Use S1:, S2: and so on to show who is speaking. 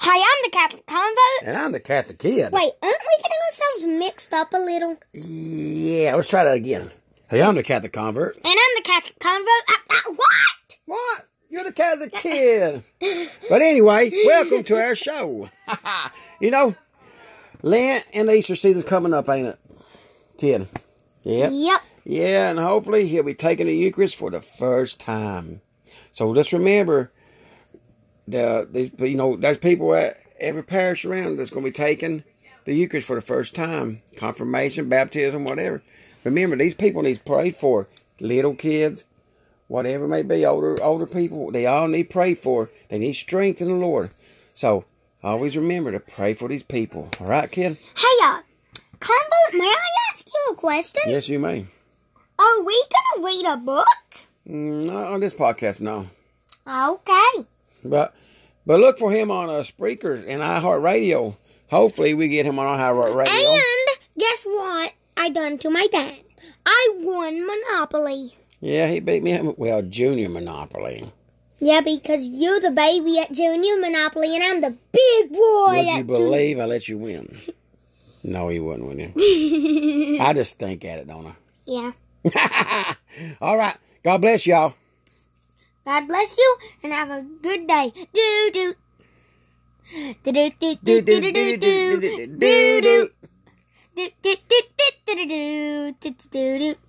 S1: Hi, I'm the Captain Convo.
S2: And I'm the cat, the kid.
S1: Wait, aren't we getting ourselves mixed up a little? And
S2: Yeah, let's try that again. Hey, I'm the cat, the convert.
S1: I'm the Captain Convo. I, I, what?
S2: What? You're the cat, the kid. but anyway, welcome to our show. you know, Lent and Easter season's coming up, ain't it? Kid. Yep.
S1: Yep.
S2: Yeah, and hopefully he'll be taking the Eucharist for the first time. So just remember, the, the you know there's people at every parish around that's going to be taking the Eucharist for the first time, confirmation, baptism, whatever. Remember, these people need prayed for, little kids, whatever it may be, older older people. They all need prayed for. They need strength in the Lord. So always remember to pray for these people. All right, kid?
S1: Hey, y'all. Convo, may I ask you a question?
S2: Yes, you may.
S1: Are we gonna read a book?
S2: Mm, Not on this podcast, no.
S1: Okay.
S2: But but look for him on uh, Spreaker and iHeartRadio. Hopefully, we get him on iHeartRadio.
S1: And guess what I done to my dad? I won Monopoly.
S2: Yeah, he beat me. Well, Junior Monopoly.
S1: Yeah, because you're the baby at Junior Monopoly and I'm the big boy
S2: Would
S1: at
S2: you believe I let you win? No, he wouldn't, would you? I just stink at it, don't
S1: Yeah.
S2: I? All right. God bless y'all.
S1: God bless you and have a good day. Do do. Do do do do do do do do do do do do do do do.